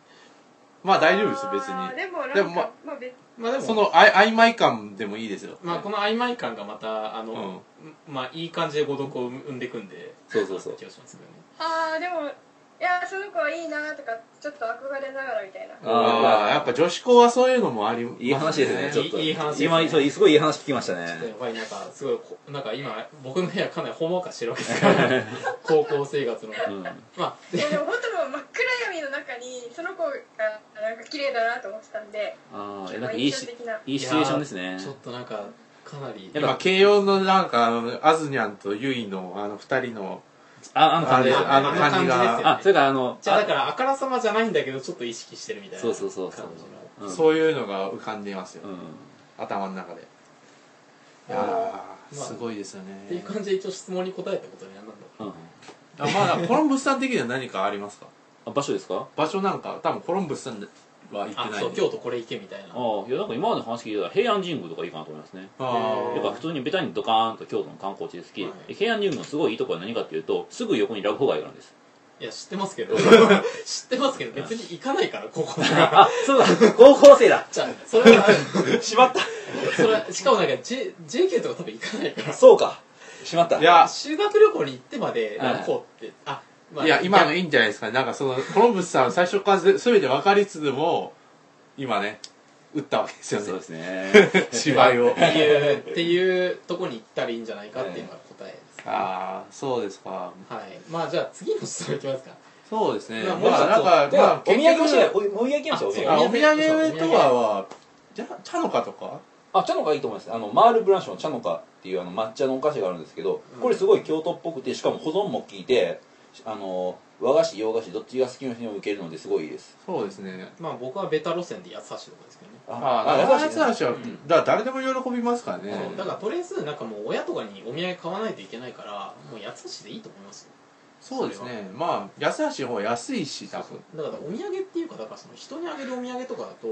Speaker 3: まあ大丈夫です別
Speaker 4: あー
Speaker 3: に
Speaker 4: でもなんか
Speaker 3: でもま
Speaker 4: まあ別
Speaker 1: まあでも
Speaker 3: そのあい曖昧感でもいいですよ、
Speaker 1: まあこの曖昧感がまたあの、まあいい感じで誤読を生んでいくんで
Speaker 2: そうそうそう
Speaker 1: 気がしますけどね
Speaker 4: ああでもいやーその子はいいなーとかちょっと憧れながらみたいな
Speaker 3: ああやっぱ女子校はそういうのもあります
Speaker 2: いい話ですね、ちょっと。
Speaker 1: いいいい話ですね
Speaker 2: 今、そうすごいいい話聞きました
Speaker 1: ちょっとや
Speaker 2: ね。
Speaker 1: ばいなんかすごいこなんか今僕の部屋かなりほんわかしてるわけですから 高校生活の
Speaker 2: うん。
Speaker 1: まあ
Speaker 4: いやでも本当もう真っ暗闇の中にその子がなんか綺麗だなと思ってたんで
Speaker 2: ああ、えなんかいいし
Speaker 4: 印象的ない
Speaker 2: いシチュエーションですね。
Speaker 1: ちょっとなんかかなり
Speaker 2: やっぱ
Speaker 3: 今慶応のなんかあのアズニャンとユイのあの二人の
Speaker 2: あ、あの
Speaker 3: あれ
Speaker 2: 感じですよね。あ
Speaker 3: あの
Speaker 1: あの感
Speaker 3: 感
Speaker 1: じ
Speaker 3: じ
Speaker 1: ですよね
Speaker 3: が
Speaker 2: それからあの、
Speaker 1: じゃあだからあからさまじゃないんだけどちょっと意識してるみたいな
Speaker 2: そうそうそうそう
Speaker 1: 感じの
Speaker 2: うん
Speaker 3: そういうのが浮かんでますよ、
Speaker 2: うん。
Speaker 3: 頭の中でいやー
Speaker 1: まあ
Speaker 3: すごいですよね
Speaker 1: っていう感じで一応質問に答えたことにはなんだろ
Speaker 2: うん。
Speaker 3: あまあコロンブスさん的には何かありますか
Speaker 2: あ場所ですか
Speaker 3: 場所なんか多分コロンブスさんは行っ
Speaker 1: う
Speaker 3: て
Speaker 1: あ
Speaker 3: ない
Speaker 1: そう京都これ行けみたいな
Speaker 2: ああ、いや、なんか今までの話聞いてたら平安神宮とかいいかなと思いますね。
Speaker 3: あ
Speaker 2: やっぱ普通にベタにドカーンと京都の観光地ですき、
Speaker 1: はい
Speaker 2: で平安神宮のすごいいいところは何かっていうと、すぐ横にラブホ街があるんです。
Speaker 1: いや知ってますけど知ってますけど別に行かないからここが
Speaker 2: あ、そうだ、高校生だ
Speaker 1: じゃあそれは
Speaker 3: あしまった
Speaker 1: それはしかもなんか、J、JK とか多分行かないから
Speaker 2: そうかしまった
Speaker 3: いや
Speaker 1: 修学旅行に行ってまで
Speaker 2: はい
Speaker 1: なんかこうってあ、まあ
Speaker 3: いや今のいいんじゃないですかねなんかそのコロンブスさん最初からぜ全て分かりつつも今ね打ったわけですよ
Speaker 2: そう
Speaker 3: ね
Speaker 2: ですね。
Speaker 3: 芝居を
Speaker 1: っていうっていうとこに行ったらいいんじゃないかっていうのが答えです、
Speaker 3: ああそうですか
Speaker 1: はいまあじゃあ次の質問いきますか
Speaker 3: そうですね
Speaker 1: まあ
Speaker 3: まあなんか
Speaker 5: ではお土産
Speaker 3: 結
Speaker 5: も
Speaker 3: 局
Speaker 5: しないおお土産行きましょうお土
Speaker 1: そう
Speaker 3: あ
Speaker 5: 産
Speaker 3: お土産とかはじゃ茶のかとか
Speaker 5: あ、茶の花いいと思います。あの、マールブランシュの茶の花っていうあの抹茶のお菓子があるんですけど、これすごい京都っぽくて、しかも保存も効いて、あの、和菓子、洋菓子、どっちが好きな人にも受けるのですごいいいです。
Speaker 3: そうですね
Speaker 1: まあ僕はベタ路線で優しいとかですけどね
Speaker 3: ああ
Speaker 5: 優
Speaker 3: 長
Speaker 5: しい
Speaker 3: 津
Speaker 5: ね
Speaker 3: 橋は
Speaker 1: うん
Speaker 3: だから誰でも喜びますからね
Speaker 1: そうだからとりあえずなんかもう親とかにお土産買わないといけないからもう八つ橋でいいと思いますよ
Speaker 3: そうですねまあ安橋の方が安いし多分
Speaker 1: だからお土産っていうかだからその人にあげるお土産とかだと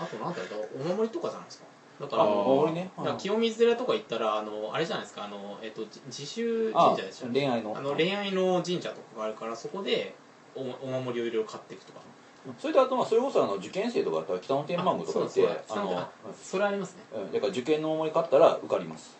Speaker 1: あとなんだろうお守りとかじゃないですかだか
Speaker 5: あ
Speaker 1: ら
Speaker 3: あー
Speaker 5: 森ね
Speaker 1: だから清水寺とか行ったらあのあれじゃないですかあの、えっと、じ自習
Speaker 5: あ
Speaker 1: 神社でした
Speaker 5: 恋愛の
Speaker 1: あの恋愛の神社とかがあるからそこでおお守りをいろいろ買っていくとか
Speaker 5: それとあとまあそれこそあの受験生とかだったら北野天満宮とか行って
Speaker 1: あそう
Speaker 5: あ
Speaker 1: だそうだ
Speaker 5: の
Speaker 1: あそれありますね
Speaker 5: うんだから受験のお守り買ったら受かります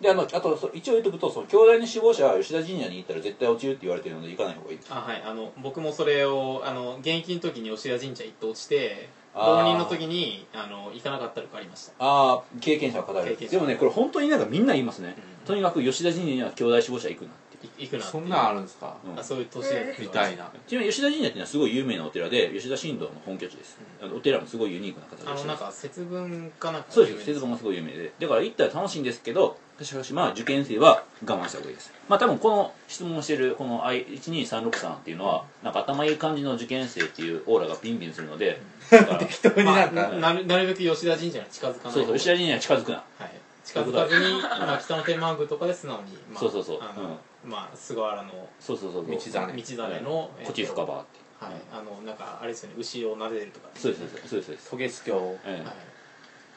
Speaker 5: であのあとそう一応言っとくとその京大の死亡者は吉田神社に行ったら絶対落ちるって言われてるので行かない方がいい
Speaker 1: あはいあの僕もそれをあの現役の時に吉田神社行って落ちて
Speaker 5: あー
Speaker 1: 浪人の時にあの行かなかったら受かりました
Speaker 5: ああ経験者は語
Speaker 1: 経
Speaker 5: る
Speaker 1: 験
Speaker 2: でもねこれ本当になんかみんな言いますね、
Speaker 1: うん
Speaker 2: とにかく吉田神社には兄弟死亡者行くなって
Speaker 1: い行くなって
Speaker 3: そ
Speaker 1: いうん
Speaker 3: なんあるんですか
Speaker 2: うん
Speaker 1: あそういう年で
Speaker 3: みたいな
Speaker 2: ちなみに吉田神社っていうのはすごい有名なお寺で吉田神道の本拠地です、あのお寺もすごいユニークな形
Speaker 1: あ
Speaker 2: で
Speaker 1: の
Speaker 2: し
Speaker 1: なん
Speaker 2: て
Speaker 1: か節分かなんか
Speaker 2: そうです節分もすごい有名でだから行ったら楽しいんですけどしかしまあ受験生は我慢した方がいいですまあ多分この質問してるこのあい12363さんっていうのはなんか頭いい感じの受験生っていうオーラがビンビンするので だから
Speaker 3: 人になん
Speaker 1: まあ
Speaker 3: か
Speaker 1: なるなるべく吉田神社に近づかない
Speaker 2: そうそう吉田神社に近づくな
Speaker 1: はい、近づかずに、まあ、北の天満宮とかで素直に、まあ、
Speaker 2: そうそうそう
Speaker 1: あの、まあ、菅原の
Speaker 2: そうそうそうそう
Speaker 3: 道
Speaker 1: 道
Speaker 3: 真
Speaker 1: 真の、えっと
Speaker 2: こち深場って
Speaker 1: はい、あの、なんか、あれですよね、牛を撫でるとか、
Speaker 2: そうですそうですそうですそうです
Speaker 3: 渡月橋
Speaker 2: え
Speaker 1: はい。
Speaker 2: え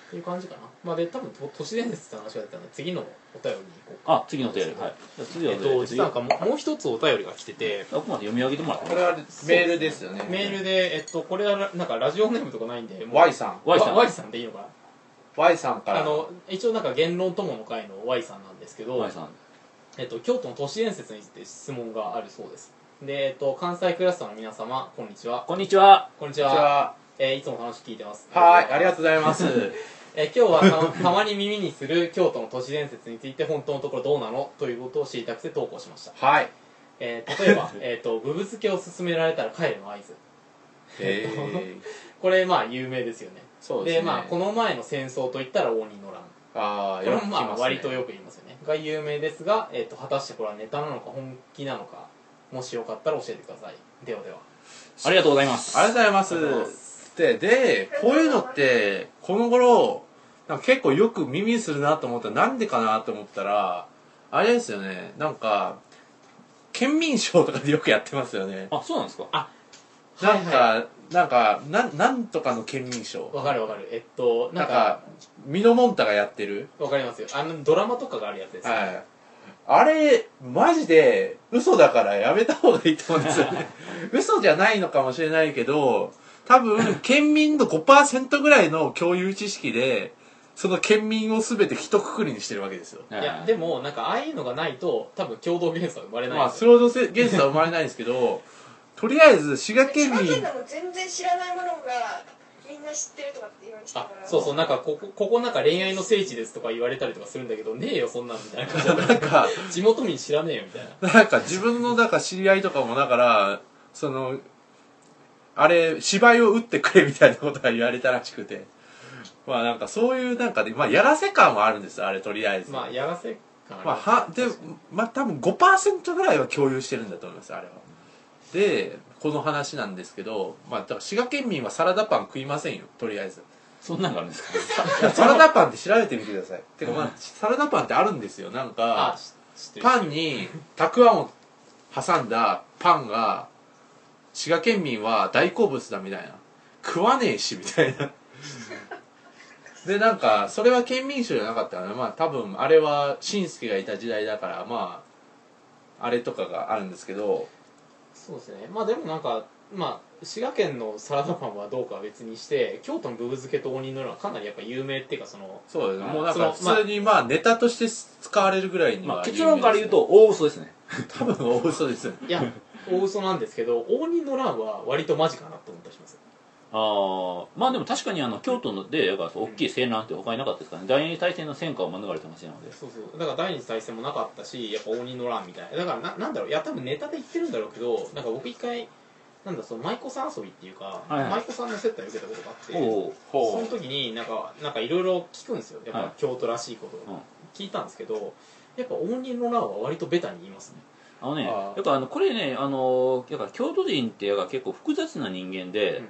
Speaker 1: っていう感じかな。まあ、で、多分、と都市伝説って話が出たので、次のお便りに行こうか。
Speaker 2: あ次のお便りはいじゃあ次の
Speaker 1: え
Speaker 2: お
Speaker 1: っ
Speaker 2: 便
Speaker 1: と、
Speaker 2: り
Speaker 1: 実はなんかもう、もう一つお便りが来てて、
Speaker 2: あくまで読み上げてもらって
Speaker 3: これはメールですよね
Speaker 1: メールで、えっと、これはラ、なんか、ラジオネームとかないんで、もう
Speaker 3: Y さん
Speaker 2: Y さん
Speaker 1: Y さんでいいのか
Speaker 3: Y さんか
Speaker 1: な。あ
Speaker 3: ら
Speaker 1: の、一応なんか、言論友の会の Y さんなんですけど、
Speaker 2: Y さん
Speaker 1: えっと、京都の都市伝説について質問があるそうです。で、えっと、関西クラスターの皆様、こんにちは。
Speaker 2: こんにちは
Speaker 1: こんにち
Speaker 3: こんにち
Speaker 1: は。
Speaker 3: は
Speaker 1: えーいつも楽しく聞いてます。
Speaker 3: はーいありがとうございます
Speaker 1: えー今日はた たまに耳にする京都の都市伝説について本当のところどうなのということを知りたくて投稿しました。
Speaker 3: はい
Speaker 1: えー例え ば、えっと、ぶぶ漬けを勧められたら帰るの合図。
Speaker 3: へえ
Speaker 1: これ、まあ、有名ですよね。
Speaker 3: そうですね
Speaker 1: まあ、この前の戦争といったら応仁の乱。
Speaker 3: あ
Speaker 1: こ
Speaker 3: あ
Speaker 1: れ
Speaker 3: よ
Speaker 1: も
Speaker 3: く聞き
Speaker 1: まあ
Speaker 3: ますね
Speaker 1: 割とよく言いますよねが有名ですが、えっと果たしてこれはネタなのか本気なのかもしよかったら教えてくださいではでは
Speaker 2: ありがとうございます
Speaker 3: ありがとうございま。
Speaker 1: ありがとうございます
Speaker 3: で、で、こういうのって、この頃、なんか結構よく耳にするなと思ったら、なんでかなと思ったら、あれですよね、なんか、県民賞とかでよくやってますよね。
Speaker 2: あそうなんですか
Speaker 3: なんか、
Speaker 1: は
Speaker 3: なんか、なん、なんとかの県民賞。
Speaker 1: わかるわかるえっとな
Speaker 3: なん
Speaker 1: か
Speaker 3: んか、ミノモンタがやってる。
Speaker 1: わかりますよあのドラマとかがあるやつですよね、
Speaker 3: はい。あれ、マジで、嘘だからやめた方がいいと思うんですよね。嘘じゃないのかもしれないけど、多分、県民の5%ぐらいの共有知識で、その県民を全て一括りにしてるわけですよ。
Speaker 1: いやでもなんかああいうのがないと多分共同元素は生まれない
Speaker 3: まあ、
Speaker 1: です
Speaker 3: ス
Speaker 1: よ
Speaker 3: ロードセゲスは生まれないんですけど、とりあえず、滋賀県民、
Speaker 4: でも全然知らないものがみんな知ってるとかって言われてた
Speaker 1: あ
Speaker 4: から
Speaker 1: そうそうなんかここここなんか恋愛の聖地ですとか言われたりとかするんだけどねえよそんなのみたいな感じで
Speaker 3: なんか、
Speaker 1: 地元民知らねえよみたいな
Speaker 3: なんか自分の、だから知り合いとかも、だから、その、あれ、芝居を打ってくれみたいなことが言われたらしくて。まあなんかそういうなんかで、まあやらせ感はあるんですよ、あれとりあえず。
Speaker 1: まあやらせ感あり
Speaker 3: まあ
Speaker 1: ます
Speaker 3: は、で、まあ多分5%ぐらいは共有してるんだと思います、あれは。で、この話なんですけど、まあだから滋賀県民はサラダパン食いませんよ、とりあえず。
Speaker 2: そんなんがあるんですか
Speaker 3: サラダパンって調べてみてください。てかまあ、サラダパンってあるんですよ、なんか
Speaker 1: あ。し知ってる
Speaker 3: パンにたくあんを挟んだパンが滋賀県民は大好物だみたいな食わねえしみたいなでなんかそれは県民賞じゃなかったからまあ多分あれは新助がいた時代だからまああれとかがあるんですけど
Speaker 1: そうですねまあでもなんかまあ滋賀県のサラダパンはどうかは別にして京都のぶぶ漬けと応仁の乱はかなりやっぱ有名っていうかその
Speaker 3: そうですねもうなん
Speaker 1: その
Speaker 3: か普通にまあネタとして使われるぐらいには、
Speaker 2: まあ結論から言うと大嘘ですね
Speaker 3: 多分大嘘ですよね
Speaker 1: いや大嘘なんですけど応仁の乱は割とマジかなと思ったりします
Speaker 2: ああまあでも確かにあの京都のでだからそう大きい戦乱って他になかったですからね第二次大戦の戦火を免れた話なので
Speaker 1: そうそうだから第二次大戦もなかったしやっぱ応仁の乱みたいなだからななんだろういや多分ネタで言ってるんだろうけどなんか僕一回なんだその舞妓さん遊びっていうか、
Speaker 2: はいはい
Speaker 1: 舞妓さんの接待を受けたことがあって
Speaker 2: おう
Speaker 1: その時になんかなんかいろいろ聞くんですよやっ
Speaker 2: はい
Speaker 1: ぱ京都らしいことを、
Speaker 2: うん
Speaker 1: 聞いたんですけどやっぱ応仁の乱は割とベタに言いますね
Speaker 2: あのね
Speaker 3: あー
Speaker 2: やっぱあのこれねあのやっぱ京都人ってやっぱ結構複雑な人間で、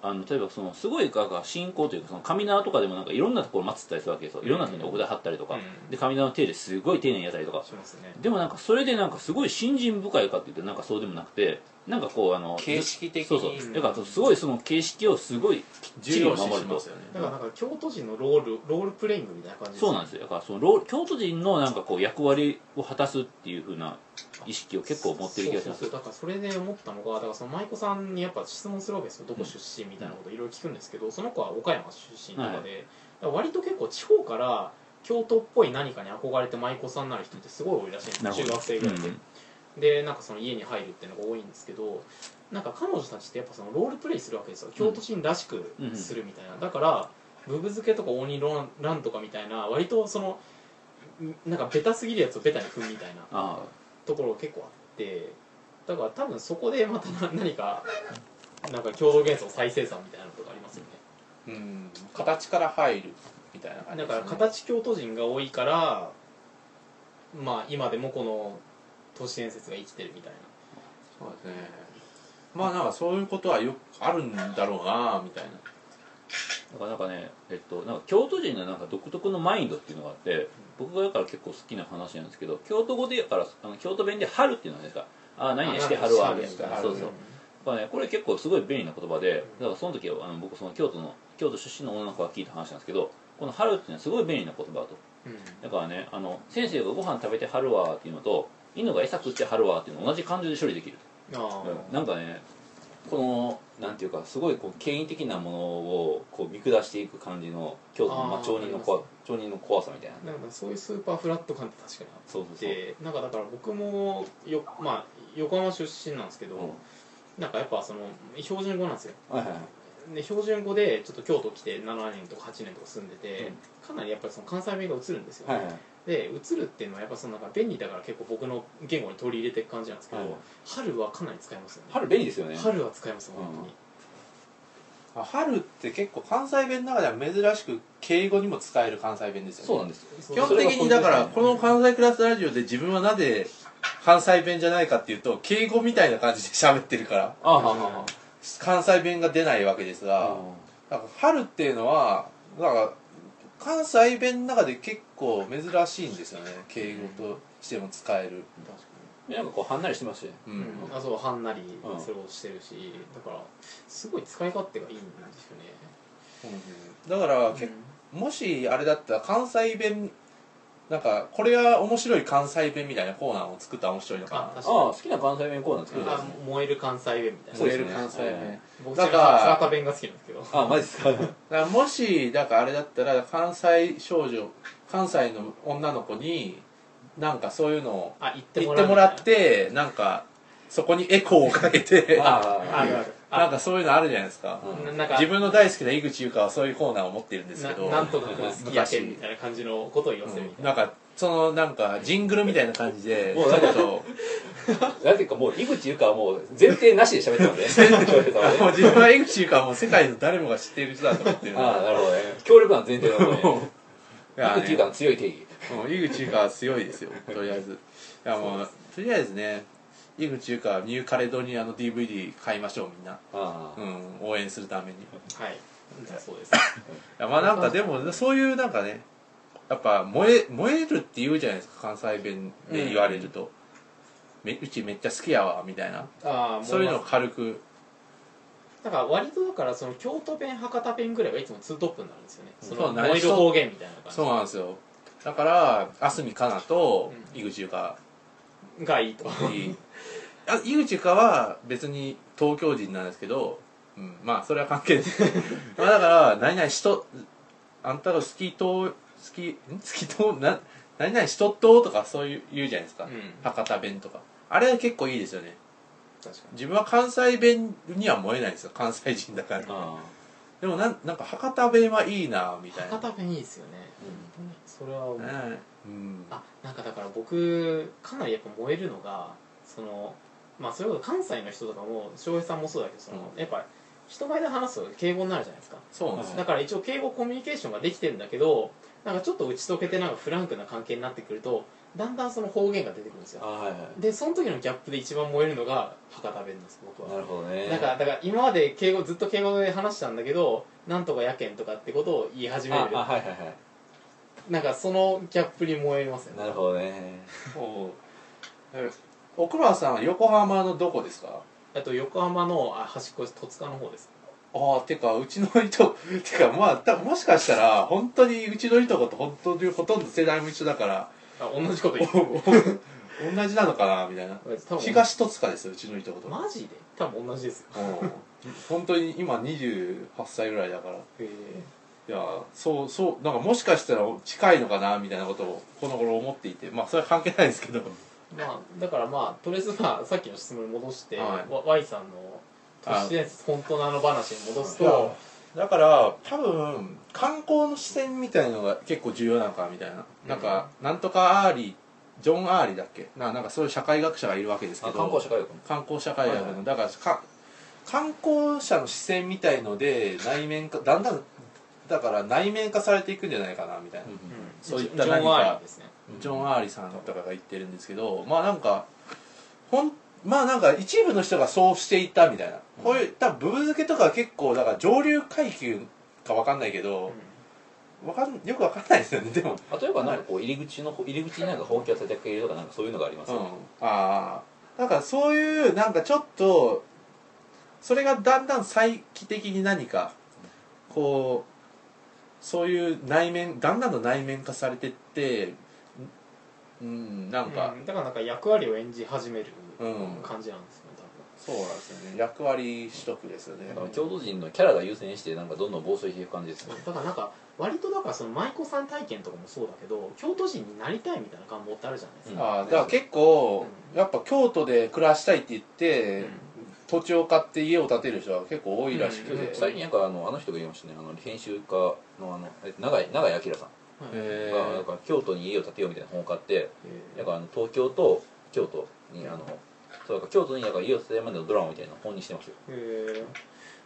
Speaker 2: あの例えばそのすごいなんか信仰というかその神縄とかでもなんかいろんなところ祀ったりするわけですよいろんなところにお札貼ったりとか、
Speaker 1: うん
Speaker 2: で神縄の手ですごい丁寧にやったりとか
Speaker 1: しますね
Speaker 2: でもなんかそれでなんかすごい信心深いかって言ってなんかそうでもなくてなんかこうあの
Speaker 5: 形式的に
Speaker 2: そうそうだからすごいその形式をすごいきっち
Speaker 3: 重
Speaker 2: り
Speaker 3: 要視
Speaker 2: 守
Speaker 3: し
Speaker 2: る
Speaker 3: ま
Speaker 2: と
Speaker 3: すよね
Speaker 1: だからなんか京都人のロールロールプレイングみたいな感じ
Speaker 2: そうなんですよだからそのロー京都人のなんかこう役割を果たすっていうふうな意識を結構持ってる気がしま
Speaker 1: そうそう
Speaker 2: す
Speaker 1: そうだからそれで思ったのがだからその舞妓さんにやっぱ質問するわけですよどこ出身みたいなこといろいろ聞くんですけどその子は岡山出身とかで、だ
Speaker 2: はい
Speaker 1: から割と結構地方から京都っぽい何かに憧れて舞妓さんになる人ってすごい多いらしいんです
Speaker 2: な
Speaker 1: よ中
Speaker 2: るほど
Speaker 1: 学生ぐらいで、
Speaker 2: うん
Speaker 1: でなんかその家に入るっていうのが多いんですけどなんか彼女たちってやっぱそのロールプレイするわけですよ京都人らしくするみたいな、だからブブ漬けとか鬼ロンランとかみたいな割とそのなんかベタすぎるやつをベタに踏むみたいな
Speaker 2: あ
Speaker 1: ところ結構あってだから多分そこでまたな何かなんか共同元素再生産みたいなのとかありますよね
Speaker 3: うん形から入るみたいな感
Speaker 1: だ
Speaker 3: じです
Speaker 1: か
Speaker 3: ね
Speaker 1: ら形京都人が多いからまあ今でもこの都市伝説が生きてるみたいな
Speaker 3: そうですねまあなんかそういうことはよくあるんだろうなみたいな
Speaker 2: あだからなんかねえっとなんか京都人のなんか独特のマインドっていうのがあって僕がだから結構好きな話なんですけど京都語でやからあの京都弁で「春」っていうのはないですか「ああ何々して春は」みたいな
Speaker 3: あ
Speaker 2: そうそうまあね、これ結構すごい便利な言葉で
Speaker 1: うん
Speaker 2: だからその時はあの僕その京都の京都出身の女の子が聞いた話なんですけどこの「春」っていうのはすごい便利な言葉だと
Speaker 1: うん
Speaker 2: だからねあの先生がご飯食べて「春は」っていうのと犬が餌食って「春は」っていうのを同じ感情で処理できる、
Speaker 1: あ
Speaker 2: うん
Speaker 1: ー
Speaker 2: なんかね
Speaker 5: このなんていうかすごいこう権威的なものをこう見下していく感じの京都のまあ
Speaker 1: あー
Speaker 5: 町人の
Speaker 1: あり
Speaker 5: 怖町人の怖さみたいな
Speaker 1: なんかそういうスーパーフラット感って確かにあ
Speaker 5: そうそ
Speaker 1: っ
Speaker 5: うそう
Speaker 1: てなんかだから僕もよ、まあ、横浜出身なんですけど、なんかやっぱその標準語なんですよ
Speaker 5: はいはいはい
Speaker 1: で標準語でちょっと京都来て7年とか8年とか住んでて、かなりやっぱりその関西弁が映るんですよ、
Speaker 5: はいはい
Speaker 1: で映るっていうのはやっぱそのなんか便利だから結構僕の言語に取り入れていく感じなんですけど、
Speaker 5: はい
Speaker 1: 春はかなり使いますよね
Speaker 5: 春便利ですよね
Speaker 1: 春は使いますよ本当に、
Speaker 3: あ春って結構関西弁の中では珍しく敬語にも使える関西弁ですよね
Speaker 5: そうなんです
Speaker 1: そ
Speaker 3: 基本的にだからこの関西クラスラジオで自分はなぜ関西弁じゃないかっていうと敬語みたいな感じで喋ってるから
Speaker 5: ああ
Speaker 1: は
Speaker 5: は
Speaker 1: あはあはあ
Speaker 5: は
Speaker 3: 関西弁が出ないわけですがなんか春っていうのはなんか関西弁の中で結構珍しいんですよね敬語としても使える、
Speaker 1: 確か
Speaker 5: なんかこうはんなりしてますし
Speaker 3: う
Speaker 1: に、
Speaker 3: ん
Speaker 1: うんあそうはんなり
Speaker 5: うん
Speaker 1: それをしてるし、だからすごい使い勝手がいいんですよね
Speaker 3: だから結もしあれだったら関西弁なんかこれは面白い関西弁みたいなコーナーを作ったら面白いの
Speaker 1: あ
Speaker 3: か
Speaker 5: ああ
Speaker 1: 確か
Speaker 5: 好きな関西弁コーナー作
Speaker 1: に
Speaker 5: るじゃな
Speaker 1: あ
Speaker 5: いです
Speaker 1: 燃える関西弁みたい
Speaker 3: な
Speaker 1: な
Speaker 5: そうですね
Speaker 3: 燃える関西弁
Speaker 1: 僕
Speaker 3: だ
Speaker 1: は
Speaker 3: から
Speaker 1: 博多弁が好きなんですけど
Speaker 5: かあマジです か
Speaker 3: だからもしだからあれだったら関西少女関西の女の子になんかそういうのを
Speaker 1: あ行って
Speaker 3: 言
Speaker 1: も
Speaker 3: っ
Speaker 1: ら
Speaker 3: て
Speaker 1: う
Speaker 3: もらってなんかそこにエコーをかけて
Speaker 1: あるあるあ
Speaker 3: なんかそういうのあるじゃないですか
Speaker 5: うん
Speaker 1: ななんか
Speaker 3: 自分の大好きな井口優香はそういうコーナーを持ってるんですけど
Speaker 1: ななんとか好きやけんみたいな感じのことを言わせるみ
Speaker 3: う
Speaker 1: た
Speaker 3: ん
Speaker 1: いな、
Speaker 3: なんかそのなんかジングルみたいな感じで
Speaker 5: もうなんか
Speaker 3: ちょっと
Speaker 5: なんていうかもう井口優香はもう前提なしで喋って ますね翔平さんはね
Speaker 3: もう自分は江口優香はもう世界の誰もが知っている人だと思ってるんで
Speaker 5: ああなるほどね強力な前提なのね
Speaker 3: いや
Speaker 5: 井口優香の強い定義
Speaker 3: もう井口優香は強いですよとりあえずいやもうとりあえずね井口優香はニューカレドニアの DVD 買いましょうみんな、
Speaker 5: ああ
Speaker 3: うん、応援するためにい
Speaker 1: はいだそうです
Speaker 3: やまあなんかでもそういうなんかねやっぱ燃え燃えるって言うじゃないですか関西弁で言われると、うめうちめっちゃ好きやわみたいな
Speaker 1: ああ
Speaker 3: そういうのを軽く
Speaker 1: だから割とだからその京都弁博多弁ぐらいはいつもツートップになるんですよねそ
Speaker 3: そう
Speaker 1: の
Speaker 3: なり
Speaker 1: 燃える方言みたいな感じ
Speaker 3: そうなんですよだから蓮見香菜と
Speaker 1: うん
Speaker 3: 井口優香
Speaker 1: がいいと
Speaker 3: いいあ井口かは別に東京人なんですけど、うん、まあそれは関係ないまあだから何々しとあんたが好きと好きん好きとな何々しとっととかそういう言うじゃないですか、
Speaker 1: うん
Speaker 3: 博多弁とかあれは結構いいですよね
Speaker 1: 確か
Speaker 3: 自分は関西弁には燃えないんですよ関西人だから
Speaker 5: あ
Speaker 3: でもなんなんか博多弁はいいなみたいな
Speaker 1: 博多弁いいですよね、本当にそれは思う、
Speaker 3: ねうん
Speaker 1: あなんかだから僕かなりやっぱ燃えるのがそのまあそれこそ関西の人とかも翔平さんもそうだけどその、やっぱ人前で話すと敬語になるじゃないですか
Speaker 3: そうなんですよ
Speaker 1: だから一応敬語コミュニケーションができてるんだけどなんかちょっと打ち解けてなんかフランクな関係になってくるとだんだんその方言が出てくるんです
Speaker 5: あ
Speaker 1: よ
Speaker 5: はいはい
Speaker 1: でその時のギャップで一番燃えるのが博多弁なんです僕
Speaker 5: な
Speaker 1: は
Speaker 5: るほどね
Speaker 1: だからだから今まで敬語ずっと敬語で話したんだけどなんとかやけんとかってことを言い始め
Speaker 5: あ
Speaker 1: る
Speaker 5: あはいはいは
Speaker 1: なんかそのギャップに燃えますよ
Speaker 5: い
Speaker 1: ね
Speaker 5: なるほどね
Speaker 3: そうえ奥村さんは横浜のどこですか
Speaker 1: えっと、横浜のあ端っこです戸塚の方です
Speaker 3: ああてかうちのいと てかまあたもしかしたら本当にうちのいとこと本当にほとんど世代も一緒だから
Speaker 1: あ同じこと
Speaker 3: お
Speaker 1: 言ってる
Speaker 3: お同じなのかなみたいな
Speaker 1: 多分
Speaker 3: 東戸塚ですようちのいとこと、
Speaker 1: マジで多分同じですよ
Speaker 3: うん本当に今28歳ぐらいだから
Speaker 1: へ
Speaker 3: いやそうそうなんかもしかしたら近いのかなみたいなことをこの頃思っていてまあそれは関係ないですけど
Speaker 1: えまあだからまあとりあえずまあさっきの質問に戻して、
Speaker 3: は
Speaker 1: ワ
Speaker 3: い
Speaker 1: Y さんの都市伝説本当なの話に戻す
Speaker 3: いや
Speaker 1: と
Speaker 3: だから多分観光の視線みたいのが結構重要なのかみたいな、なんかなんとかアーリージョン・アーリーだっけななんかそういう社会学者がいるわけですけ
Speaker 5: あ
Speaker 3: ど
Speaker 5: 観光社会学の
Speaker 3: 観光社会学の、
Speaker 5: はいはい
Speaker 3: だからか観光者の視線みたいので内面化だんだんだから内面化されていくんじゃないかなみたいな、
Speaker 1: うん
Speaker 3: そういっ
Speaker 1: ジョ
Speaker 3: た
Speaker 1: ン
Speaker 3: 何か
Speaker 1: ワーリーですね
Speaker 3: ジョン・アーリーさんとかが言ってるんですけどまあなんかほんまあなんか一部の人がそうしていたみたいなこういう多分ブブ漬けとか結構だから上流階級かわかんないけどわかんよくわかんないですよねでも、
Speaker 5: 例えばなんかこう入り口の入り口になんか放棄を叩き入れるとかなんかそういうのがあります
Speaker 3: う
Speaker 5: よ
Speaker 3: ん
Speaker 5: ね、
Speaker 3: ああだからそういうなんかちょっとそれがだんだん再帰的に何かこうそういう内面だんだんと内面化されてってうんなんか、
Speaker 1: うんだからなんか役割を演じ始める
Speaker 3: うん
Speaker 1: 感じなんですよね
Speaker 3: そうなんですよね役割取得ですよね
Speaker 5: なんか京都人のキャラが優先してなんかどんどん暴走していく感じです
Speaker 1: 多
Speaker 5: ね
Speaker 1: 分だからなんか割とだからその舞妓さん体験とかもそうだけど京都人になりたいみたいな願望ってあるじゃないですか、
Speaker 3: ああだから結構やっぱ京都で暮らしたいって言って、
Speaker 1: うん
Speaker 3: 土地を買って家を建てる人は結構多いらしくて、
Speaker 1: うん
Speaker 3: へ
Speaker 5: 最近なんかあのあの人が言いましたねあの編集家のあのえ永井永井明さん
Speaker 1: はい
Speaker 3: え
Speaker 5: がなんか京都に家を建てようみたいな本を買って
Speaker 1: え
Speaker 5: なんかあの東京と京都にあのそうか京都になんか家を建てるまでのドラマみたいな本にしてますよ
Speaker 1: ーえーだか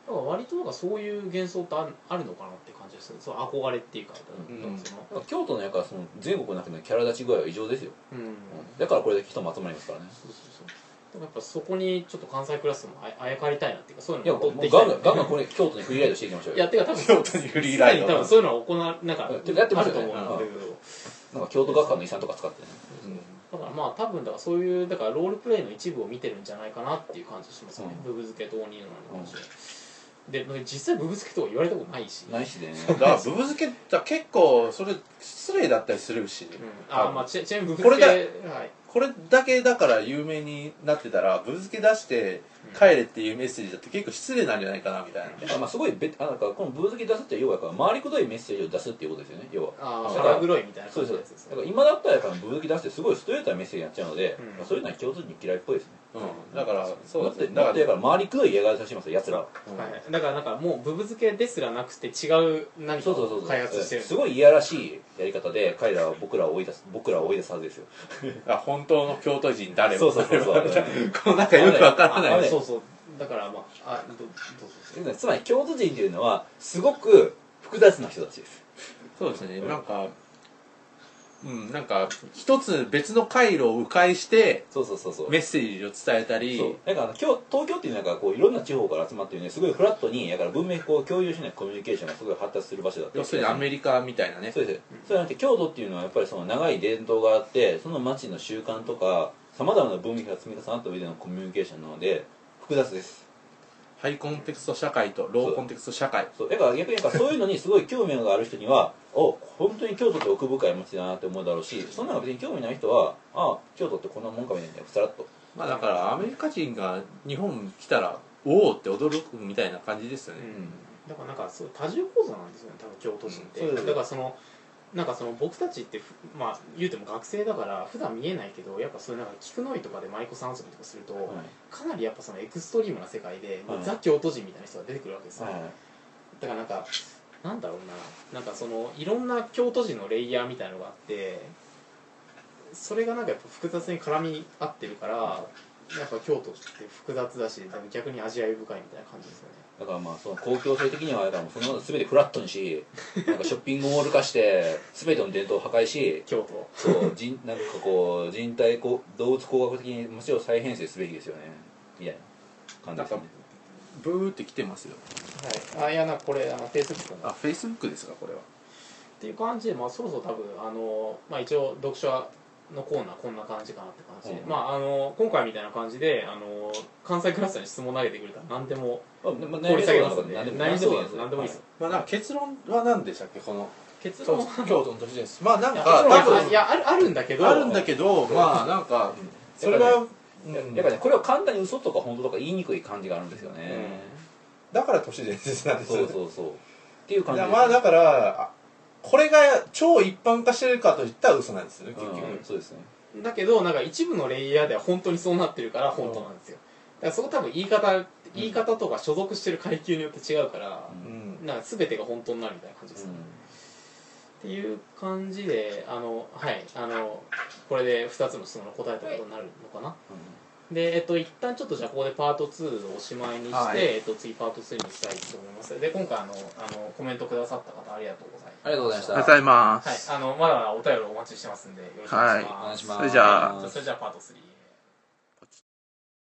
Speaker 1: ら割となんかそういう幻想ってあるあるのかなって感じですねそう憧れっていうか、
Speaker 3: うん
Speaker 1: その
Speaker 5: なんか京都のやからその全国の中のキャラ立ち具合は異常ですよ
Speaker 1: うん
Speaker 5: だからこれだけ人も集まりますからね
Speaker 1: そうそうそうでもやっぱそこにちょっと関西クラスもあやあやかりたいなっていうかそういう
Speaker 5: いや
Speaker 1: の
Speaker 5: もう
Speaker 1: 追っていきた
Speaker 5: ガ
Speaker 1: い
Speaker 5: ン
Speaker 1: な
Speaker 5: ガンガンガンこれ京都にフリーライドしていきましょう
Speaker 1: い
Speaker 5: よ
Speaker 1: やてか多分
Speaker 3: 京都にフリーライ
Speaker 1: すで
Speaker 3: ド
Speaker 1: に多分そういうのは行わなんか
Speaker 5: うんてかやってま
Speaker 1: あ
Speaker 5: す
Speaker 1: ると
Speaker 5: よね
Speaker 1: 思うんだけど、
Speaker 5: なんか京都学科の遺産とか使ってね
Speaker 1: だからまあ多分だからそういうだからロールプレイの一部を見てるんじゃないかなっていう感じがしますよね、
Speaker 5: う
Speaker 1: ブブ漬け導入なのかもしれないで実際ブブ漬けとか言われたことないし
Speaker 5: ないし でね
Speaker 3: だからブブ漬けだ結構それ失礼だったりするし、
Speaker 1: うん、あまあちちなみにブブ
Speaker 3: これ
Speaker 1: 漬け
Speaker 3: だ
Speaker 1: はい
Speaker 3: これだけだから有名になってたらブブ漬け出して帰れっていうメッセージだって結構失礼なんじゃないかなみたいな、
Speaker 5: だからまあすごいべあなんかこの分析出すって要はだから回りくどいメッセージを出すっていうことですよね要は
Speaker 1: あ
Speaker 5: だか
Speaker 1: 腹
Speaker 5: ら
Speaker 1: 黒いみたいな
Speaker 5: そ
Speaker 1: 感
Speaker 5: う
Speaker 1: じのや
Speaker 5: で
Speaker 1: つですす
Speaker 5: だから今だったらやっぱ分析出してすごいストレートなメッセージになっちゃうので、
Speaker 1: うん
Speaker 5: まあそういうのは共通に嫌いっぽいですね
Speaker 3: うん、だからそ
Speaker 5: だ
Speaker 3: う
Speaker 5: っ
Speaker 3: で
Speaker 5: て
Speaker 3: すねだ
Speaker 5: だ
Speaker 3: か
Speaker 5: ってや
Speaker 3: ら
Speaker 5: っぱ回りくどい嫌がらせをしてますよやつらは
Speaker 1: はい、だからなんかもうブブ漬けですらなくて違う何か
Speaker 5: そうそうそう
Speaker 1: を
Speaker 5: そう
Speaker 1: 開発してる
Speaker 5: すごいいやらしいやり方で彼らは僕らを追い出す僕らを追い出すはずですよ
Speaker 3: あ本当の京都人誰も
Speaker 5: そうそうそう そう
Speaker 3: こうなんかよくわからない
Speaker 5: あ
Speaker 1: あ
Speaker 5: れ
Speaker 1: そうそうだからまああどどうぞ
Speaker 5: つまり京都人というのはすごく複雑な人たちです
Speaker 3: そうですね、なんか、うん、なんか、一つ別の回路を迂回して、
Speaker 5: そうそうそうそう
Speaker 3: メッセージを伝えたり、
Speaker 5: そうなんかあの京東京っていうのはなんかこういろんな地方から集まってるねすごいフラットにだから文脈を共有しないコミュニケーションがすごい発達する場所だった
Speaker 3: 要するにアメリカみたいなね。
Speaker 5: そうですそうなんて京都っていうのはやっぱりその長い伝統があってその町の習慣とかさまざまな文脈が積み重なった上でのコミュニケーションなので複雑です
Speaker 3: ハイコンテクスト社会とローコンテクスト社会。
Speaker 5: そうだから逆にやっぱそういうのにすごい興味がある人にはお本当に京都って奥深い町だなって思うだろうしそんなの別に興味ない人はあ京都ってこんなもんかみたいなさらっと
Speaker 3: まあだから、アメリカ人が日本に来たら、おおって驚くみたいな感じですよ
Speaker 1: う
Speaker 3: ね。
Speaker 1: んだからなんかそう多重構造なんですよね多分京都人って、
Speaker 5: うんそうです
Speaker 1: だからそのなんかその僕たちってふまあ言うても学生だから普段見えないけどやっぱそういうなんか菊の井とかで舞妓さん遊びとかすると、
Speaker 5: はい
Speaker 1: かなりやっぱそのエクストリームな世界で、
Speaker 5: はい
Speaker 1: ザ京都人みたいな人が出てくるわけですよ、
Speaker 5: はい
Speaker 1: だからなんかなんだろうななんかそのいろんな京都人のレイヤーみたいなのがあってそれがなんかやっぱ複雑に絡み合ってるからやっぱ京都って複雑だし逆に味わい深いみたいな感じですよね
Speaker 5: だからまあその公共性的にはだからもうそんなもの全てフラットにし なんかショッピングモール化して全ての伝統を破壊し
Speaker 1: 京都
Speaker 5: そう人なんかこう人体こう動物工学的に街を再編成すべきですよねみたいな感じですね
Speaker 3: ブーって来てますよ。
Speaker 1: はい、あいやなんかこれあのフェイスブックの
Speaker 3: あ、
Speaker 1: っ
Speaker 3: フェイスブックですか、これは。
Speaker 1: ていう感じで、まあ、そろそろ多分あの、まあ、一応読書のコーナーこんな感じかなって感じで、
Speaker 5: うん
Speaker 1: まああの今回みたいな感じであの関西クラスターに質問投げてくれたら何でも
Speaker 5: まあまあ
Speaker 1: 掘り下げますんで
Speaker 5: 悩み
Speaker 1: 何でもいいです
Speaker 5: 悩
Speaker 1: 何
Speaker 5: み
Speaker 1: でもいいで
Speaker 5: で
Speaker 1: すす
Speaker 3: まあなんか結論は何でしたっけこの
Speaker 1: 結論
Speaker 3: 京
Speaker 1: は
Speaker 3: 都の都市伝説まあなん
Speaker 1: い
Speaker 3: か
Speaker 1: や
Speaker 3: 多
Speaker 1: あい
Speaker 3: 分
Speaker 1: やあるあるんだけど
Speaker 3: あるんだけどまあなんか
Speaker 5: うん
Speaker 3: それは
Speaker 5: はいやっ
Speaker 3: うん
Speaker 5: ぱねこれは簡単に嘘とか本当とか言いにくい感じがあるんですよ
Speaker 1: うん
Speaker 5: ね、
Speaker 3: だから都市伝説なんです
Speaker 5: そ
Speaker 3: よ
Speaker 5: うそうそうっていう感
Speaker 3: い
Speaker 5: じ
Speaker 3: や
Speaker 5: です
Speaker 3: まあだからあこれが超一般化してるかといったら嘘なんですよね
Speaker 5: う
Speaker 3: 結局、
Speaker 5: んそうですね
Speaker 1: だけどなんか一部のレイヤーでは本当にそうなってるから本当なんですよだからそこ多分言い方言い方とか所属してる階級によって違うから、
Speaker 3: うん
Speaker 1: なんか全てが本当になるみたいな感じです、っていう感じであのはいあのこれで2つの質問を答えたことになるのかな、で、えっと、一旦ちょっとじゃあここでパート2をおしまいにして、
Speaker 3: はい
Speaker 1: えっと、次パート2にしたいと思いますで今回あのあのコメントくださった方ありがとうございます
Speaker 5: ありがとうございました
Speaker 6: ございま
Speaker 1: はい
Speaker 6: す。
Speaker 1: あのまだまだお便りお待ちしてますんでよろしくお願いします、
Speaker 5: お願いします
Speaker 6: それじゃあ
Speaker 1: じゃあそれじゃあパート3